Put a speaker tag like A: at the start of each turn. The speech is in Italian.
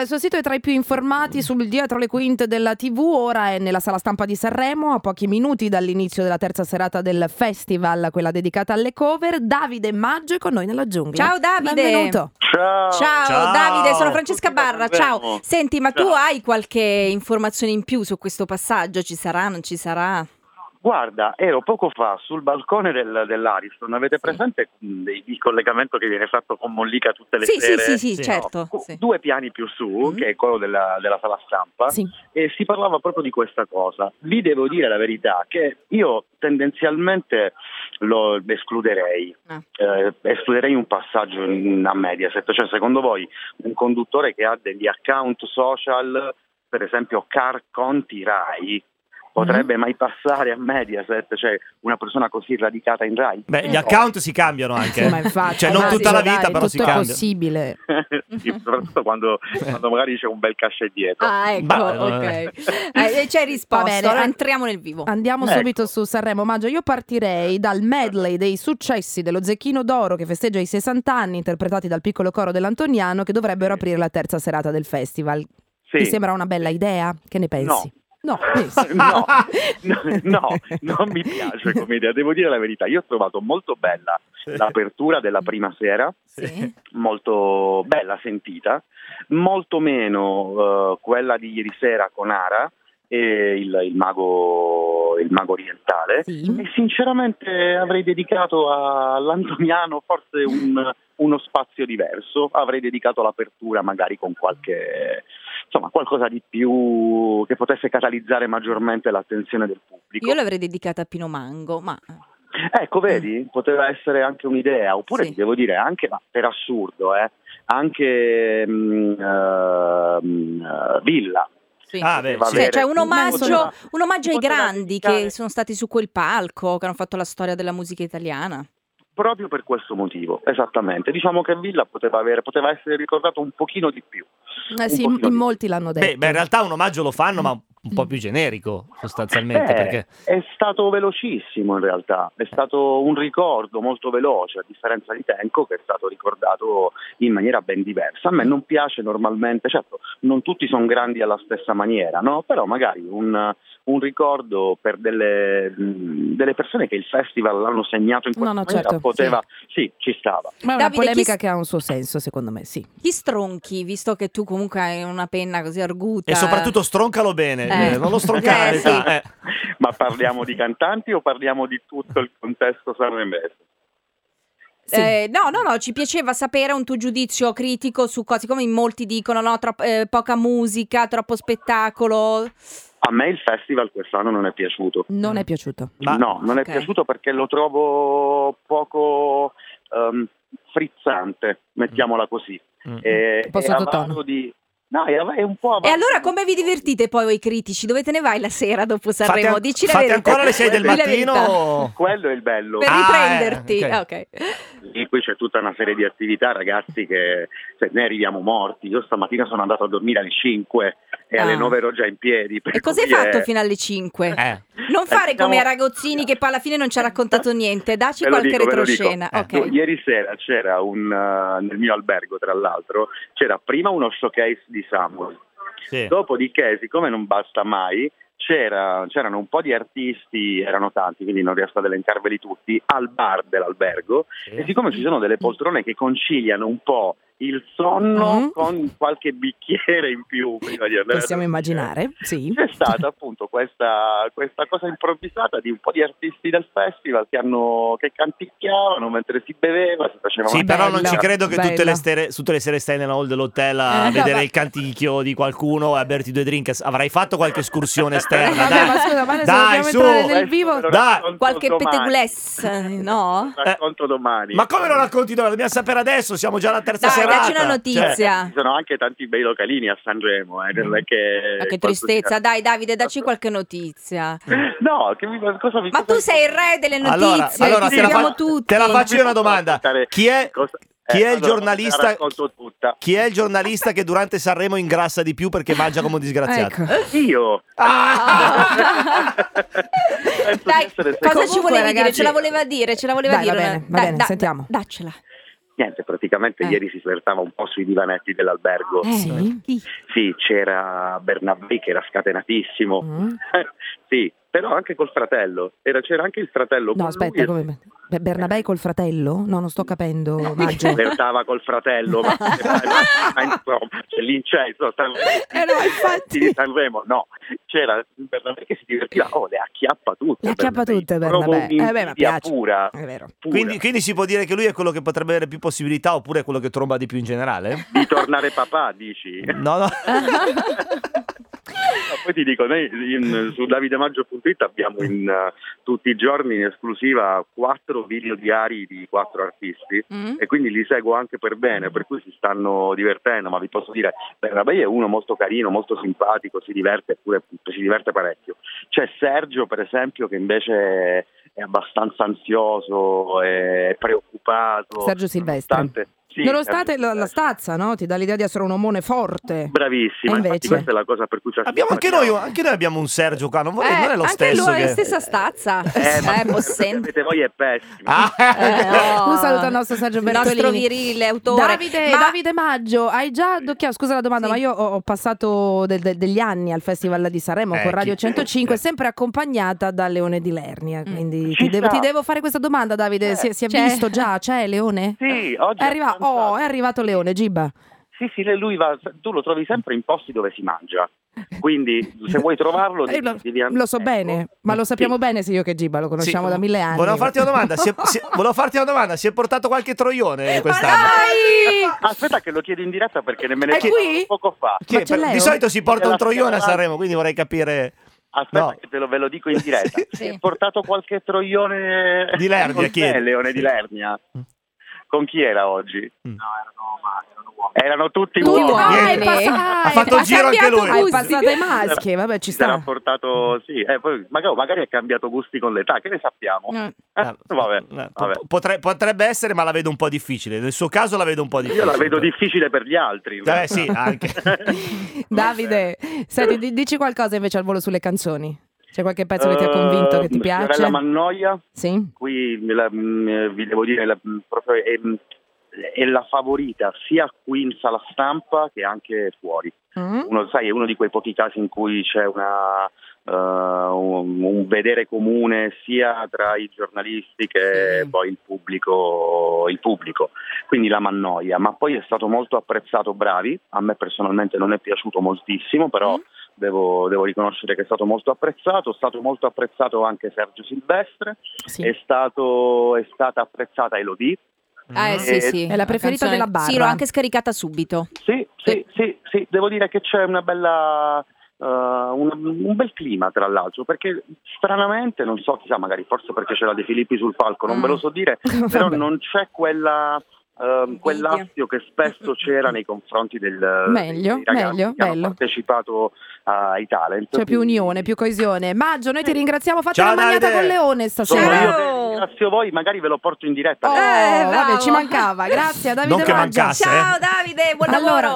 A: il suo sito è tra i più informati sul dietro le quinte della TV. Ora è nella sala stampa di Sanremo, a pochi minuti dall'inizio della terza serata del festival, quella dedicata alle cover. Davide Maggio è con noi nella giungla.
B: Ciao, Davide.
A: Benvenuto.
C: Ciao.
B: Ciao,
D: Ciao.
B: Davide, sono Francesca
C: Tutti da
B: Barra.
C: Sanremo.
B: Ciao. Senti, ma tu
C: Ciao.
B: hai qualche informazione in più su questo passaggio? Ci sarà, non ci sarà?
C: Guarda, ero poco fa sul balcone del- dell'Ariston, avete presente mh, il, il collegamento che viene fatto con Mollica tutte le
B: Sì, sì,
C: sere?
B: sì, sì,
D: Sì.
B: certo.
C: Cu-
B: sì.
C: Due piani più su,
B: Mm.
C: che è quello della, della sala stampa,
A: Sì.
C: e si parlava proprio di questa cosa. Vi devo dire la verità, che io tendenzialmente lo escluderei,
B: Ah.
C: Eh, escluderei un passaggio in- a Mediaset, cioè secondo voi un conduttore che ha degli account social, per esempio car conti Rai, potrebbe mai passare a Mediaset, cioè una persona così radicata in Rai?
D: Beh, gli account si cambiano anche.
A: Insomma, infatti,
D: cioè, non
A: Eh. ma
D: tutta
A: sì,
D: la
A: dai,
D: vita, però si
A: tutto è
D: cambia.
A: possibile.
C: Sì, soprattutto quando, quando magari c'è un bel cachet dietro.
B: Ah, ecco,
D: Bah,
B: ok.
D: eh.
B: Eh, ci hai risposto.
A: Va bene,
B: allora Ah,
A: an-
B: entriamo nel vivo.
A: Andiamo
C: Ecco.
A: subito su Sanremo Maggio. Io partirei dal medley dei successi dello Zecchino d'Oro che festeggia i 60 anni, interpretati dal piccolo coro dell'Antoniano, che dovrebbero aprire la terza serata del festival.
C: Sì.
A: Ti sembra una bella idea? Che ne pensi? No, pensi.
C: No, no, non mi piace come idea, devo dire la verità, io ho trovato molto bella l'apertura della prima sera,
B: Sì.
C: molto bella sentita, molto meno eh, quella di ieri sera con Ara e il, il mago, il mago orientale
A: Sì.
C: e sinceramente avrei dedicato a- all'Antoniano forse un- uno spazio diverso, avrei dedicato l'apertura magari con qualche insomma qualcosa di più che potesse catalizzare maggiormente l'attenzione del pubblico.
B: Io l'avrei dedicata a Pino Mango, ma
C: Ecco, vedi, poteva essere anche un'idea, oppure
B: Sì.
C: ti devo dire, anche ma per assurdo, eh, anche mm, ehm, eh, Villa.
B: sì.
D: Ah, beh,
C: Poteva
D: sì.
B: Cioè,
C: avere-
B: c'è un omaggio,
C: poteva-
B: un omaggio ai
C: poteva
B: grandi che
C: dedicare-
B: sono stati su quel palco, che hanno fatto la storia della musica italiana.
C: Proprio per questo motivo, esattamente. Diciamo che Villa poteva, avere, poteva essere ricordato un pochino di più.
A: Eh sì,
C: Un
A: in
C: pochino di-
A: molti l'hanno detto.
D: Beh, beh, in realtà un omaggio lo fanno, ma un po' più generico, sostanzialmente,
C: Eh,
D: perché...
C: È stato velocissimo in realtà, è stato un ricordo molto veloce, a differenza di Tenco che è stato ricordato in maniera ben diversa. A me non piace normalmente, certo, non tutti sono grandi alla stessa maniera, no? però magari un, un ricordo per delle, mh, delle persone che il festival l'hanno segnato in
A: No,
C: questa
A: no,
C: maniera
A: certo,
C: poteva, sì, ci stava.
A: Ma è una
B: Davide, chi
A: polemica
B: s-
A: che ha un suo senso, secondo me, sì.
B: Gli stronchi, visto che tu comunque hai una penna così arguta.
A: Cioè.
D: E soprattutto stroncalo bene,
B: Eh.
D: eh, non lo stroncare.
B: Eh, sì.
D: eh.
C: Ma parliamo di cantanti o parliamo di tutto il contesto sanremese?
A: Sì.
B: Eh, no, no, no, ci piaceva sapere un tuo giudizio critico su cose come in molti dicono, no, troppo, eh, poca musica, troppo spettacolo.
C: A me il festival quest'anno non è piaciuto.
A: Non è piaciuto.
D: Ma-
C: no, non
B: Ok.
C: è piaciuto perché lo trovo poco ehm, frizzante, mettiamola così.
D: Mm.
C: È,
A: Un po'
C: è
A: sottotono.
C: avaro di... No, è, av- è un po'
B: E
C: avaro.
B: allora come vi divertite poi voi critici? Dove te ne vai la sera dopo Sanremo?
D: Fate, an-
B: Dici la
D: fate
B: verità.
D: ancora le 6 del
B: Di la verità.
D: mattino?
C: Quello è il bello.
B: Per
D: Ah,
B: riprenderti.
D: eh,
B: Ah,
D: ok.
B: ok.
C: E qui c'è tutta una serie di attività, ragazzi, che cioè, ne arriviamo morti. Io stamattina sono andato a dormire alle 5 e
B: Ah.
C: alle 9 ero già in piedi. per
B: E cosa hai
C: cui è-
B: fatto fino alle 5?
D: Eh.
B: Non fare
C: Eh, diciamo-
B: come a Ragozzini che poi alla fine non ci ha raccontato niente, daci
C: Ve lo
B: qualche
C: dico, ve lo dico.
B: retroscena.
D: Eh.
B: Ok.
C: No, Ieri sera c'era un, eh, nel mio albergo, tra l'altro, c'era prima uno showcase di Samuel,
D: Sì.
C: Dopodiché, siccome non basta mai, c'era- c'erano un po' di artisti, erano tanti, quindi non riesco ad elencarveli tutti, al bar dell'albergo. E siccome ci sono delle poltrone che conciliano un po' il sonno
B: Mm-hmm.
A: Mm.
C: con qualche bicchiere in più prima di andare a
A: Possiamo
C: dormire,
A: immaginare, sì.
C: C'è stata appunto questa, questa cosa improvvisata di un po' di artisti del festival che, hanno, che canticchiavano mentre si beveva, si faceva
D: Sì,
C: una
D: però non
A: Bello,
D: ci credo che tutte
A: bello.
D: le, stere- tutte le sere stai nella hall dell'hotel a
A: Eh,
D: vedere
A: vabbè.
D: il canticchio di qualcuno e a berti due drink. Avrai fatto qualche escursione esterna.
A: Vabbè,
D: dai,
A: ma scusa, ma adesso dobbiamo
D: dai su.
A: entrare nel
C: Questo
A: vivo.
C: ve lo
D: Dai.
C: racconto
B: Qualche
C: domani.
B: pettegoless, no?
C: Lo Racconto domani.
D: Ma come lo racconti noi? Lo Dobbiamo sapere adesso, siamo già alla terza
B: Dai,
D: serata.
B: dacci una notizia.
D: Cioè,
C: Ci sono anche tanti bei localini a Sanremo, eh, non è che...
B: Ma Ah, che tristezza, dai Davide, dacci
C: Esatto.
B: qualche notizia.
C: No, che mi, cosa mi...
B: Ma tu sei il re delle notizie,
D: allora, allora
B: ti
D: te, la
B: seguiamo
D: fa-
B: tutti.
D: te la faccio io una domanda.
C: Ascoltare
D: Chi è,
C: cosa- eh,
D: chi è il
C: allora, la
D: giornalista?
C: racconto tutta.
D: Chi è il giornalista che durante Sanremo ingrassa di più perché mangia come un disgraziato?
A: Ecco.
C: Io!
D: Ah!
C: Penso di
B: Dai, cosa
C: essere secondo.
B: ci
A: Comunque,
B: volevi dire?
A: ragazzi-
B: Ce la voleva dire, ce la voleva
A: Dai, va
B: dire.
A: bene, va
B: Dai,
A: bene, sentiamo.
B: Daccela.
C: Niente, praticamente
A: Eh.
C: ieri si flirtava un po' sui divanetti dell'albergo.
A: Eh, sì.
C: Sì, c'era Bernabé che era scatenatissimo.
A: Mm.
C: sì, però anche col fratello. Era- c'era anche il fratello. con
A: No,
C: lui
A: aspetta,
C: e-
A: come... Be- Bernabei col fratello? No, non sto capendo, Maggio.
C: flirtava col fratello, ma ma- insomma, c'è l'incenso. Sanremo.
A: Eh no, infatti.
C: Sì, Sanremo, no, c'era Bernabé che si divertiva, oh, le acchiappa tutte.
A: Le acchiappa
C: Bernabé.
A: tutte,
C: Proprio
A: Bernabé. Eh, beh, ma
C: un'invidia
A: piace. Eh
C: pura,
A: È vero.
C: pura.
D: Quindi, quindi si può dire che lui è quello che potrebbe avere più possibilità oppure è quello che tromba di più in generale?
C: di tornare papà, dici?
D: No, no.
C: Ma Poi ti dico, noi in- su davidemaggio.it abbiamo in eh, tutti i giorni in esclusiva quattro video diari di quattro artisti
B: Mm?
C: e quindi li seguo anche per bene, per cui si stanno divertendo, ma vi posso dire, Bernabei è uno molto carino, molto simpatico, si diverte pure, si diverte parecchio. C'è Sergio, per esempio, che invece è abbastanza ansioso, è preoccupato.
A: Sergio Silvestri.
C: nonostante- sì,
A: Nonostante
C: Sergio
A: la, la
C: Silvestri.
A: stazza, no? Ti dà l'idea di essere un omone forte.
C: Bravissima,
A: E
C: infatti
A: invece?
C: questa è la cosa per cui ci
D: Abbiamo anche noi,
C: affacciamo.
D: anche noi abbiamo un Sergio qua, non, vorrei-
B: Eh,
D: non è lo
B: anche
D: stesso.
B: lui è
D: che-
B: la stessa stazza.
C: Eh, ma
B: Eh, possente.
C: avete voi è pessimo.
D: Ah,
B: Eh, no.
A: Un saluto al nostro Sergio
B: Il
A: Bertolini.
B: nostro virile autore.
A: Davide,
B: Ma-
A: Davide Maggio, hai già adocchiato, scusa la domanda,
B: Sì.
A: ma io ho ho passato del- del- degli anni al Festival di Sanremo
D: Eh,
A: con Radio
D: chi-
A: 105,
D: eh.
A: sempre accompagnata da Leone di Lernia, quindi
C: Ci
A: ti devo,
C: sta.
A: ti devo fare questa domanda Davide,
C: Eh,
A: si, si è
B: Mm. c'è.
A: visto già, c'è Leone?
C: Sì, oggi
A: È, arriva-
C: abbastanza-
A: oh, è arrivato Leone, Gibba.
C: Sì, sì, lui va, tu lo trovi sempre in posti dove si mangia. Quindi se vuoi trovarlo
A: Eh,
C: devi,
A: lo,
C: devi and-
A: lo so
C: ecco.
A: bene, ma lo sappiamo
C: Sì.
A: bene se io che Gibba lo conosciamo
D: Sì.
A: da mille anni.
D: Volevo farti una domanda, si è, si è- volevo farti una domanda, si è portato qualche troione quest'anno?
A: Dai!
C: Aspetta che lo chiedo in diretta perché nemmeno
A: È qui?
C: poco fa.
D: Chi è?
A: Ma c'è
D: Per-
A: Leo?
B: oh?
D: di solito si porta
C: Della
D: un troione a
C: Scala.
D: Sanremo, quindi vorrei capire
C: Aspetta
D: No.
C: che te lo, ve lo dico in diretta.
D: Sì.
C: Si è portato qualche troione
D: Di Lernia,
C: con
D: chi
C: te,
D: è?
C: Leone
D: Sì.
C: di Lernia. Con chi era oggi?
D: Mm.
C: No, erano, ma, erano uomini. Erano tutti
B: Tutti
C: uomini.
A: Ah,
B: uomini.
A: è
D: Niente.
A: passato-
D: Ha fatto
A: ah,
D: il giro anche
A: cambiato
D: lui.
A: gusti. È
B: gusti.
A: passato ai maschi, vabbè ci
C: sarà
A: sta.
C: portato, sì, eh, poi magari, magari ha cambiato gusti con l'età, che ne sappiamo?
B: Eh.
C: Eh,
D: Ah,
C: vabbè,
D: no, po-
C: vabbè.
D: potre- potrebbe essere, ma la vedo un po' difficile. Nel suo caso la vedo un po'
C: Io
D: difficile.
C: la vedo difficile per gli altri.
D: Eh sì, anche.
A: Davide, senti, di- dici qualcosa invece al volo sulle canzoni. C'è qualche pezzo che ti ha convinto, che ti
C: Eh,
A: piace?
C: Fiorella Mannoia,
A: Sì.
C: qui me la- mm, eh, vi devo dire, la- mm, proprio è, mm, è la favorita sia qui in sala stampa che anche fuori.
A: Mm?
C: Uno, sai, è uno di quei pochi casi in cui c'è una, eh, un, un vedere comune sia tra i giornalisti che
B: Sì.
C: poi il pubblico, il pubblico. Quindi la mannoia, ma poi è stato molto apprezzato Bravi, a me personalmente non è piaciuto moltissimo, però
B: Mm.
C: devo, devo riconoscere che è stato molto apprezzato, è stato molto apprezzato anche Sergio Silvestre,
A: Sì.
C: è, stato, è stata apprezzata Elodie,
D: Mm.
B: Ah, eh, sì, sì.
A: È la preferita
B: canzone-
A: della barra.
B: Sì, l'ho anche scaricata subito.
C: Sì,
A: Eh.
C: sì, sì, sì, devo dire che c'è una bella. eh, un, un bel clima tra l'altro perché stranamente non so chissà magari forse perché c'era De Filippi sul palco non
B: Mm.
C: ve lo so dire però
A: Vabbè.
C: non c'è quella ehm, quell'astio che spesso c'era nei confronti del
A: Meglio,
C: dei ragazzi
A: meglio,
C: che hanno
A: bello.
C: partecipato ai talent
A: C'è Cioè, più
C: Quindi-
A: unione, più coesione. Maggio, noi ti ringraziamo. Fate la
D: Ciao,
A: magnata
D: Davide.
A: con Leone
C: sono
A: stasera.
B: Ciao.
C: io che ringrazio voi magari ve lo porto in diretta
A: Oh,
B: Eh, bravo.
A: vabbè, ci mancava. Grazie a Davide
D: Non che
A: Maggio.
D: mancasse. eh.
B: Ciao Davide, buon
A: allora,
B: lavoro.